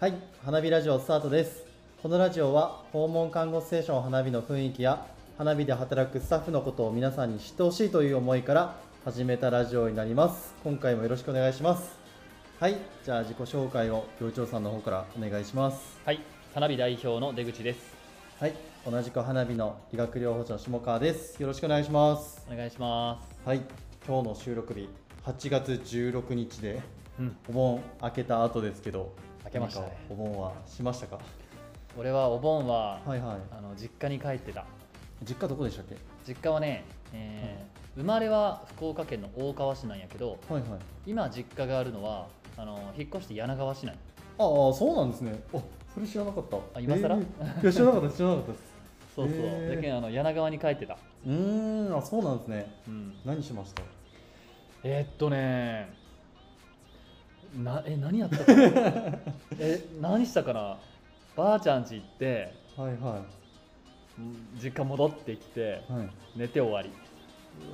はい、花火ラジオスタートです。このラジオは訪問看護ステーション花火の雰囲気や花火で働くスタッフのことを皆さんに知ってほしいという思いから始めたラジオになります。今回もよろしくお願いします。はい、じゃあ自己紹介を行長さんの方からお願いします。はい、花火代表の出口です。はい、同じく花火の理学療法士の下川です。よろしくお願いします。お願いします。はい、今日の収録日8月16日でうん、お盆明けた後ですけど、明けましたね何かお盆はしましたか？俺はお盆は、はいはい。あの実家に帰ってた。実家どこでしたっけ？実家はね、えー生まれは福岡県の大川市なんやけど、はいはい。今実家があるのはあの引っ越して柳川市内。ああそうなんですね。あそれ知らなかった。あ今更えーいや知らなかった知らなか ったです。そうそう。へーだけどあの柳川に帰ってた。うーんあそうなんですね。うん。何しました？えーっとねなえ何やったか なえ何したかなばあちゃん家行ってはいはうん実家戻ってきていはいう寝て終わり。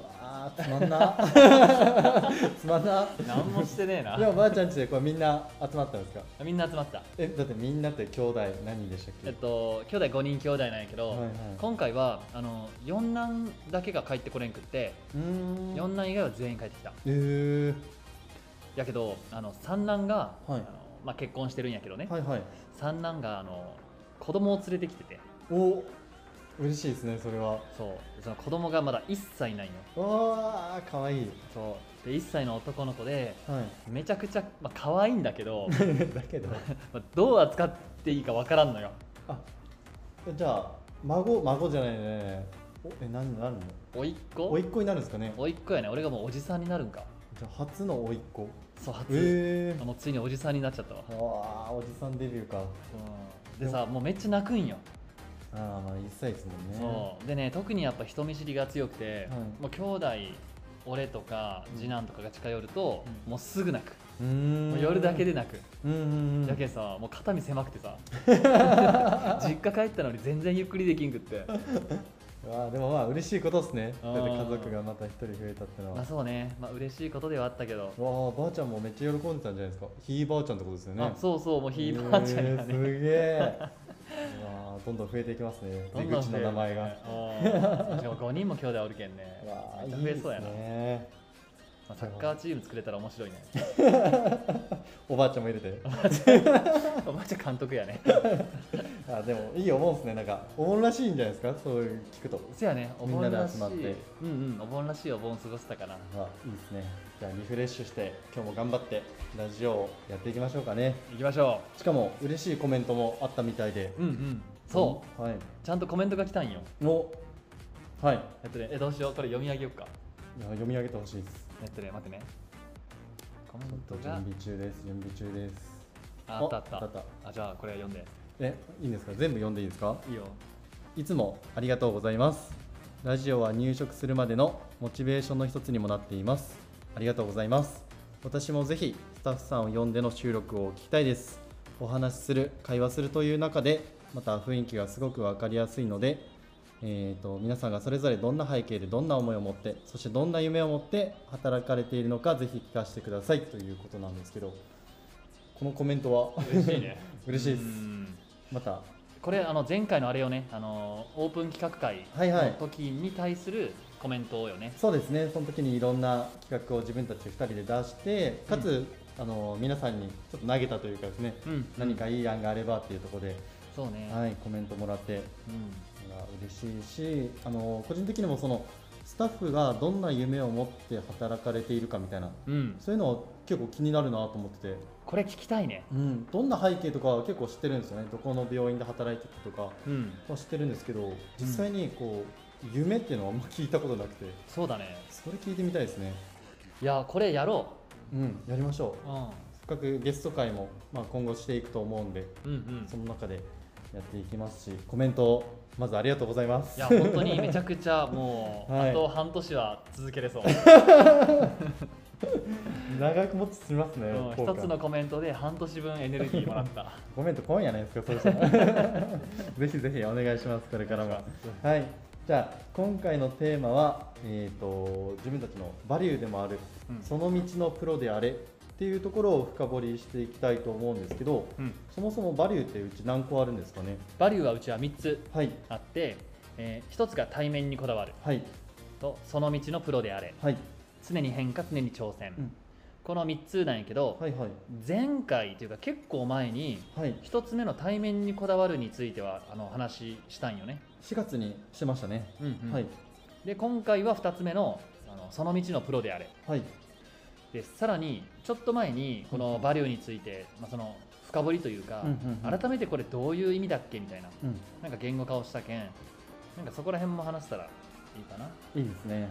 わーつまんな つまんな。何もしてねえでな。もばあちゃん家でこれみんな集まったんですか？みんな集まった。えだってみんなって兄弟何人でしたっけ？えっと兄弟5人兄弟なんやけど、はいはい。今回はあの四男だけが帰ってこれんくって、うーん。四男以外は全員帰ってきた。えやけどあの三男が、はいあのまあ結婚してるんやけどね。ー、はいはい。三男があの子供を連れてきてて、お嬉しいですねそれは。そうその子供がまだ一歳ないよ。わあ可愛い。そうで一歳の男の子で。はい。 めちゃくちゃ、まあ可愛いんだけど、だけど。まあどう扱っていいかわからんのよ。あじゃあ孫孫じゃないねおえ何になるの甥っ子甥っ子になるんですかね甥っ子やね。俺がもうおじさんになるんか。じゃあ初の甥っ子そう初。えあもうついにおじさんになっちゃったわえ、わあおじさんデビューかでさもうめっちゃ泣くんよ、あーまあ1歳ですもんねそうでね特にやっぱ人見知りが強くて、はいもう兄弟俺とかうん次男とかが近寄ると、うんもうすぐ泣く、うーんもう夜だけで泣く、うんうんうんだけどさもう肩身狭くてさ 実家帰ったのに全然ゆっくりできんくってわあでもまあ嬉しいことですねあだっーて家族がまた1人増えたってのはまあそうねまあ嬉しいことではあったけど、わあばあちゃんもめっちゃ喜んでたんじゃないですかひいばあちゃんってことですよねあそうそうもううひいばあちゃんがね、すげえわあどんどん増えていきますね出口の名前ががしかも5人も兄弟おるけ んねわあめっちゃいい増でえすそうやなねまあサッカーチーム作れたら 面白いねおばあちゃんも入れておばあちゃん監督やね。あでもいいお盆ですねなんかお盆らしいんじゃないですかそういう聞くとそうやね、おみんな盆でらし集い。まってうんうん、お盆らしいお盆過ごせたかな。あいいですねじゃあリフレッシュして今日も頑張ってラジオをやっていきましょうかね行きましょしかも嬉しいコメントもあったみたいでう。うんうん。そう、はいうちゃんとコメントが来たんよ。のはいいやえっとね、え、どうしよう、これ読み上げようか。読み上げてほしいですえっとね、待ってね。コメちょっンとト準が。備中です準備中ですああったあった。あったあっあ、じゃあ、これ読んで。えいいんですか全部読んでいいですかいいよ。いつもありがとうございます。ラジオは入職するまでのモチベーションの一つにもなっています。ありがとうございます。私もぜひスタッフさんを呼んでの収録を聞きたいです。お話しする、会話するという中で、また雰囲気がすごくわかりやすいので、えー、と皆さんがそれぞれどんな背景でどんな思いを持ってそしてどんな夢を持って働かれているのかぜひ聞かせてくださいということなんですけどこのコメントは。嬉しいね 嬉しいですうんまたは これ、あの、前回のあれよね、あの、オープン企画会いはのい時に対するコメントよね。そうですね、その時にいろんな企画を自分たち2人で出して、かつ、あの皆さんにちょっと投げたというかですね、うん。何かいい案があればっていうところで、そうね。はい、コメントもらって、うん。嬉しいし、あの個人的にもそのスタッフがどんな夢を持って働かれているかみたいな、うん。そういうの結構気になるなと思ってて、これ聞きたいね。うん、どんな背景とかは結構知ってるんですよね、どこの病院で働いてたとかうん。は知ってるんですけど、実際にこう、夢っていうのはあんま聞いたことなくて、そうだね。それ聞いてみたいですね。いやこれやろうん、やりましょう、うん、う深くゲスト会も、まあ、今後していくと思うんでうんうんその中でやっていきますしコメントまずありがとうございますいや本当にめちゃくちゃもう、はいあと半年は続けれ そう、長く持ちしますね、うん、効果一つのコメントで半年分エネルギーもらったコメント来んやないですかそうしたら ぜひぜひお願いしますこれからもはいじゃあ今回のテーマは、えー、と自分たちのバリューでもある、うんその道のプロであれっっていうところを深掘りしていきたいと思うんですけど うん、そもそもバリューってうち何個あるんですかねバリューはうちは3つはいあって、え1つが対面にこだわるはいとその道のプロであれはい常に変化常に挑戦、うんこの3つなんやけど、はいはい前回というか結構前にはい1つ目の対面にこだわるについてはあのお話ししたんよね、 4月にしてましたね、うんうんはいで今回は2つ目のあのその道のプロであれはいでさらにちょっと前にこうんうのんバリューについて、まあ、その深掘りというか、うんうんうん改めてこれどういう意味だっけみたいなうんなんか言語化をしたけんなんかそこら辺も話したらいいかな、いいですね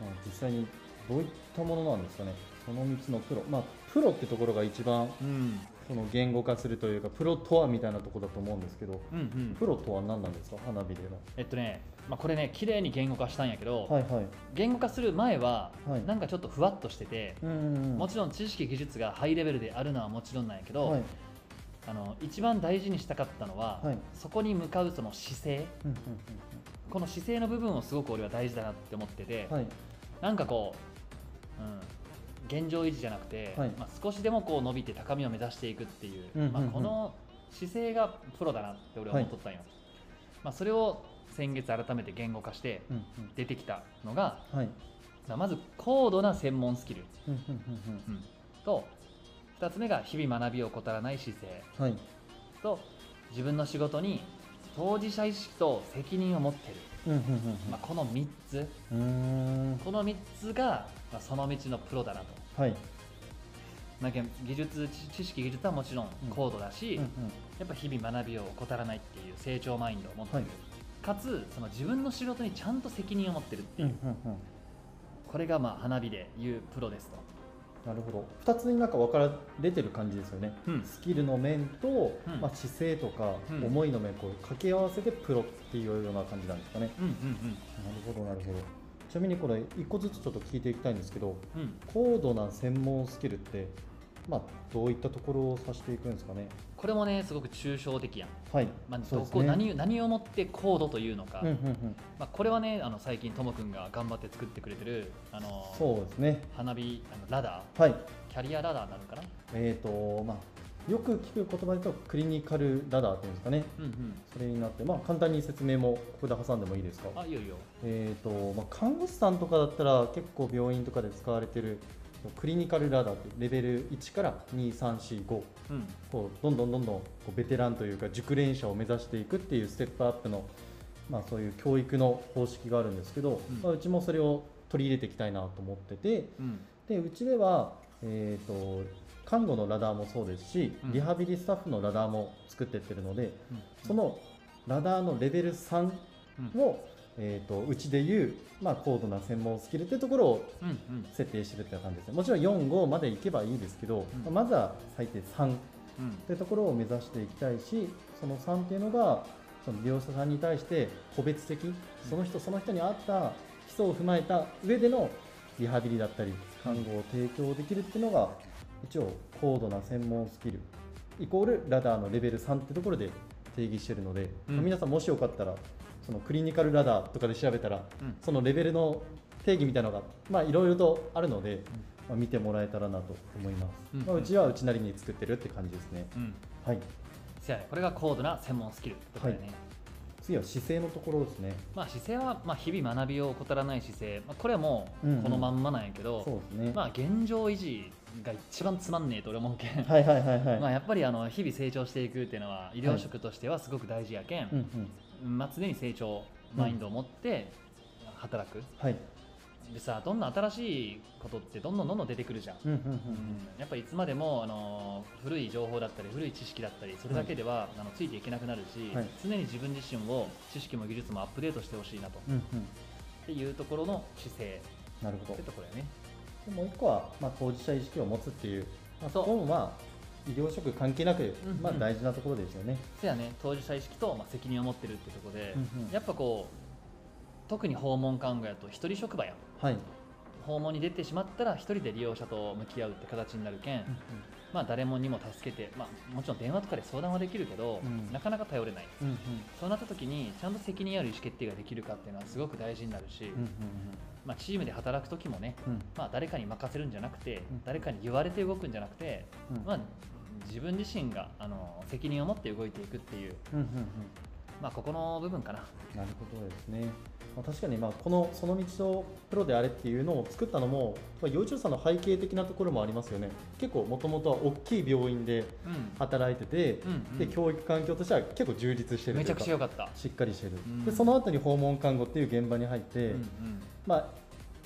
うんまあ実際にどういったものなんですかねその道のプロまあプロってところが一番うんその言語化するというかプロとはみたいなところだと思うんですけどうんうんプロとは何なんですか花火でのえっとね、まあ、これね綺麗に言語化したんやけど、はいはい言語化する前は、はいなんかちょっとふわっとしてて、うんうんもちろん知識技術がハイレベルであるのはもちろんなんやけど、はいあの一番大事にしたかったのは、はいそこに向かうその姿勢うんうんこの姿勢の部分をすごく俺は大事だなって思ってて、うんはいなんかこう、うん、現状維持じゃなくて、はいまあ、少しでもこう伸びて高みを目指していくっていう、うんうんうんまあ、この姿勢がプロだなって俺は思っとったんよ、まあ、それを先月改めて言語化してうん出てきたのが、うんはいまあまず高度な専門スキル、うんうんうんうんうんと2つ目が日々学びを怠らない姿勢はいと自分の仕事に当事者意識と責任を持ってる、うんうんまあ、この3つうんうんうーんこの3つが、まあ、その道のプロだなとはいなけん技術知知識技術はもちろんうん高度だし、うんうんやっぱ日々学びを怠らないっていう成長マインドを持ってる、はいかつその自分の仕事にちゃんと責任を持ってるってういんう、うんうんこれがまあ花火で言うプロですと、なるほど二つになんか分かられてる感じですよねうんスキルの面と、うんまあ、姿勢とか、うん思いの面こう掛け合わせてプロっていうような感じなんですかね。うんなるほどなるほどちなみにこれ一個ずつちょっと聞いていきたいんですけどうんうんうん高度な専門スキルって、まあ、どういったところを指していくんですかねこれもねすごく抽象的やん、はい、まあ、そうどですこ、ね何何をもって高度というのか、うんうんうんまあ、これはねあの最近ともくんが頑張って作ってくれてるあのそうですね花火あのラダはいーキャリアラダーになるかな、えーとまあ、よく聞く言葉で言うとクリニカルラダーっていうんですかねうんうん、それになって、まあ、簡単に説明もここで挟んでもいいですかあいいよいいよえーとまあ、看護師さんとかだったら結構病院とかで使われてるクリニカルラダーってレベル1から2345うんこうどんどんどんどんこうベテランというか熟練者を目指していくっていうステップアップの、まあ、そういう教育の方式があるんですけど、うんまあ、うちもそれを取り入れていきたいなと思っててうんでうちでは、えー、と看護のラダーもそうですしうんリハビリスタッフのラダーも作っていってるので、うんそのラダーのレベル3うんを、えー、とうちでいう、まあ、高度な専門スキルってところをうんうん設定してるって感じですねもちろん45までいけばいいですけど、うんまずは最低3っうんてところを目指していきたいしその3っていうのがその利用者さんに対して個別的その人その人に合った基礎を踏まえた上でのリハビリだったり看護を提供できるっていうのが一応高度な専門スキルイコールラダーのレベル3ってところで定義してるので、うん皆さんもしよかったらそのクリニカルラダーとかで調べたらうんそのレベルの定義みたいなのがまあいろいろとあるので、まあ、見てもらえたらなと思います、うんまあ、うちはうちなりに作ってるって感じですねうんはいせやねこれが高度な専門スキルってことだよね、次は姿勢のところですねまあ姿勢は、まあ、日々学びを怠らない姿勢、まあ、これはもうんうんうこのまんまなんやけど、そうですね、まあ現状維持が一番つまんねえと俺思うけん、はいはいはいはい、 まあやっぱりあの日々成長していくっていうのは医療職としてはすごく大事やけん、うんうんまあ、常に成長マインドを持って働く、はいでさどんな新しいことってどんどんどんどん出てくるじゃん、うんうんやっぱりいつまでもあの古い情報だったり古い知識だったりそれだけでは、あのついていけなくなるし、はい常に自分自身を知識も技術もアップデートしてほしいなと、うんうんうんっていうところの姿勢なるほってところだよねどでもう一個は、まあ、当事者意識を持つっていう、まあ、そそうこもまあ医療職関係なく、んうんまあ、大事なところですよね、せやね当事者意識と、まあ、責任を持ってるってところで、うんうんやっぱこう特に訪問看護やと一人職場やんはい訪問に出てしまったら一人で利用者と向き合うって形になるけん、まあ、誰もにも助けて、まあ、もちろん電話とかで相談はできるけど、うんなかなか頼れないうんうんそうなった時にちゃんと責任ある意思決定ができるかっていうのはすごく大事になるし、うんまあ、チームで働く時もね、うんまあ、誰かに任せるんじゃなくて、ん誰かに言われて動くんじゃなくて、うんうんまあ、自分自身があの責任を持って動いていくっていう、うんうんうんまあ、ここの部分かな。なるほどですね。まあ、確かにまあこのその道をプロであれっていうのを作ったのも、まあ、幼虫さんの背景的なところもありますよね。結構もともとは大きい病院でうん働いてて、うんうんで教育環境としては結構充実してるといめうちゃかくちゃ良かった。しっかりしてる、うんでその後に訪問看護っていう現場に入って、うんまあ、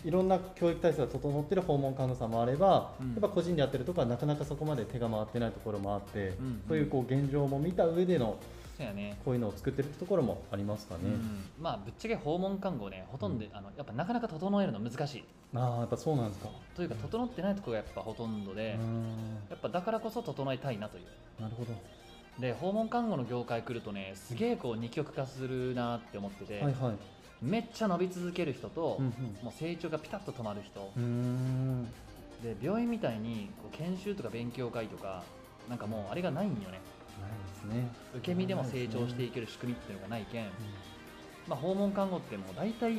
いろんな教育体制が整ってる訪問看護さんもあれば、うんやっぱ個人でやってるとこはなかなかそこまで手が回ってないところもあって、うんうんそういうこう現状も見た上でのそうやね。こういうのを作ってるところもありますかねう、んまあぶっちゃけ訪問看護ねほとんど、あのやっぱなかなか整えるの難しいああやっぱそうなんですかというか整ってないところがやっぱほとんどうんで、やっぱだからこそ整えたいなというなるほど、で訪問看護の業界来るとねすげえこう二極化するなって思ってて、はいはいめっちゃ伸び続ける人と、うんもう成長がピタッと止まる人うんうーんで病院みたいにこう研修とか勉強会とかなんかもうあれがないんよねないですね受け身でも成長していける仕組みっていうのがないけん、うまあ、訪問看護ってもう大体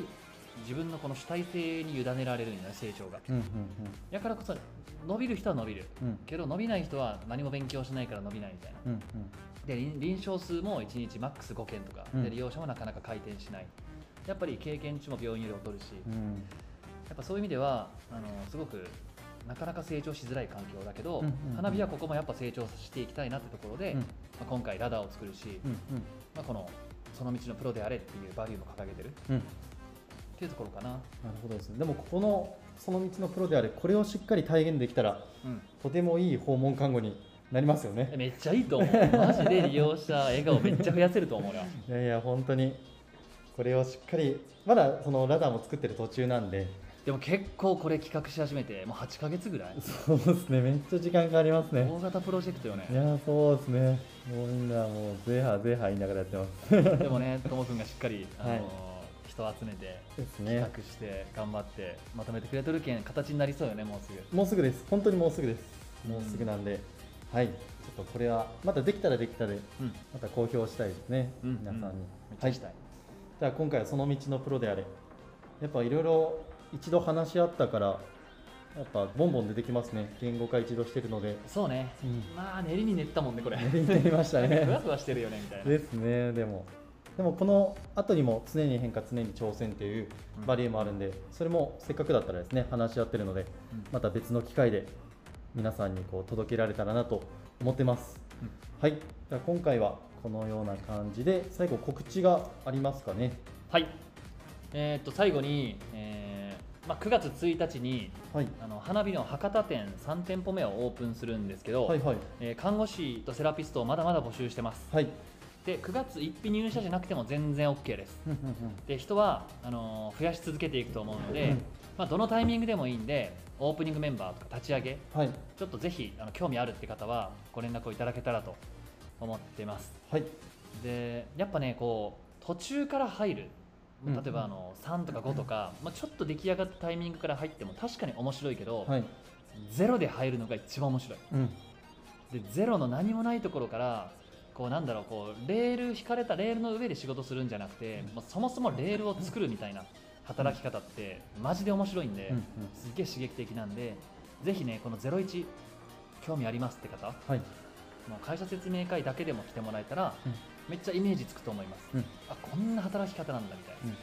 自分のこの主体性に委ねられるんよね成長がんうんだからこそ伸びる人は伸びるうんうんけど伸びない人は何も勉強しないから伸びないみたいなうんうんで臨臨床数も1日マックス5件とか、うんで利用者もなかなか回転しないやっぱり経験値も病院より劣るし、うんうんやっぱそういう意味ではあのすごくなかなか成長しづらい環境だけど、うんうんうん花火はここもやっぱ成長していきたいなってところで、うんまあ、今回ラダーを作るし、うんまあ、このその道のプロであれっていうバリューも掲げてるっうんていうところかな、なるほどですねでもここのその道のプロであれこれをしっかり体現できたらうん、とてもいい訪問看護になりますよね。めっちゃいいと思うマジで利用者笑顔めっちゃ増やせると思うよいやいや本当にこれをしっかりまだそのラダーも作ってる途中なんででも結構これ企画し始めてもう8ヶ月ぐらいそうですねめっちゃ時間かかりますね。大型プロジェクトよねいやそうですねもうみんなもうゼーハーゼーハー言いながらやってます。でもねともくんがしっかり、あのはい人を集めてですね企。画して頑張ってまとめてくれとるけん形になりそうよねもうすぐもうすぐです本当にもうすぐですもうすぐなんで、はいちょっとこれはまたできたらできたでうんまた公表したいですね、うんうん皆さんに。めっちゃしたい、じゃあ今回はその道のプロであれやっぱいろいろ一度話し合ったからやっぱボンボン出てきますね言語化一度してるのでそうね、うんまあ練りに練ったもんねこれ出てきましたふわねふわしてるよねみたいな、ですねでもでもこの後にも常に変化常に挑戦っていうバリューもあるんでそれもせっかくだったらですね話し合ってるのでうんまた別の機会で皆さんにこう届けられたらなと思ってますうんはいじゃあ今回はこのような感じで最後告知がありますかねはいえーっと最後に、えーまあ、9月1日にはいあの花火の博多店3店舗目をオープンするんですけど、はいはいえー看護師とセラピストをまだまだ募集してますはいで9月1日入社じゃなくても全然 OK ですうんうんうんで人はあのー増やし続けていくと思うので、うんまあ、どのタイミングでもいいんでオープニングメンバーとか立ち上げはい、ちょっとぜひあの興味あるって方はご連絡をいただけたらと思ってますはい、でやっぱねこう途中から入るうん例えばあの3とか5とか、まあ、ちょっと出来上がったタイミングから入っても確かに面白いけど、はい、ゼロで入るのが一番面白いうん、でゼロの何もないところからこうなんだろうこうレール引かれたレールの上で仕事するんじゃなくて、もうそもそもレールを作るみたいな働き方ってマジで面白いんで、うんうんすっげえ刺激的なんでぜひねこの「01」興味ありますって方はい、もう会社説明会だけでも来てもらえたら、うんめっちゃイメージつくと思います、うんあこんな働き方なんだみたいな、う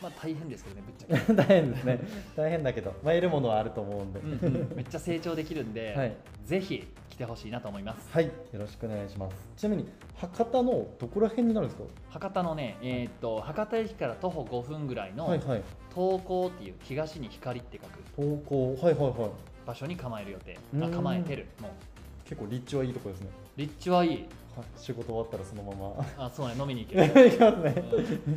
まあ大変ですけどねぶっちゃけん、うん、 大変ですね、大変だけど、まあ、得るものはあると思うんで、うんうんめっちゃ成長できるんで、はいぜひ来てほしいなと思います はい、よろしくお願いします。ちなみに、博多のどこら辺になるんですか。博多のね、えーっと博多駅から徒歩5分ぐらいのはい、はい、東光っていう東に光って書く東高、はい、はい、はい、場所に構える予定うんあ構えてるもう結構立地はいいとこですね。立地はいいはい、仕事終わったら、そのまま。 あそうね飲みに行ける、行きますね。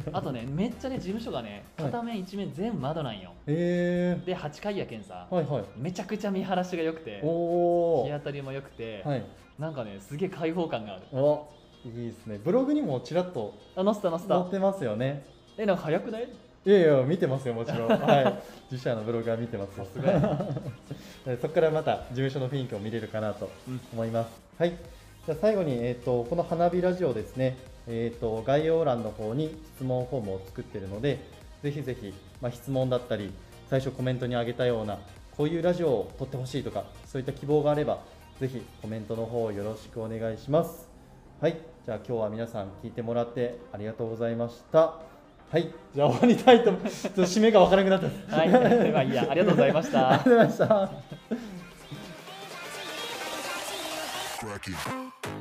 うんあとねめっちゃね事務所がねはい片面一面全窓なんよえで8階やけんさえ、はい、はい、めちゃくちゃ見晴らしが良くておお日。当たりも良くて、はい、なんかねすげえ開放感があるお、いいですね。ブログにもちらっとあのスタのス載タってますよね。えなんか早くないいやいや見てますよもちろんはい自社のブログは見てますよ すごいでそこからまた事務所の雰囲気を見れるかなとうん思います、はいじゃあ最後に、えー、とこの花火ラジオですね、えー、と概要欄の方に質問フォームを作っているのでぜひぜひ、まあ、質問だったり最初コメントにあげたようなこういうラジオを撮ってほしいとかそういった希望があればぜひコメントの方よろしくお願いしますはいじゃあ今日は皆さん聞いてもらってありがとうございましたはいじゃあ終わりたいと思いますちょっと締めがわからなくなったはい、まあいいや、ありがとうございましたあ。りがとうございました Bracket.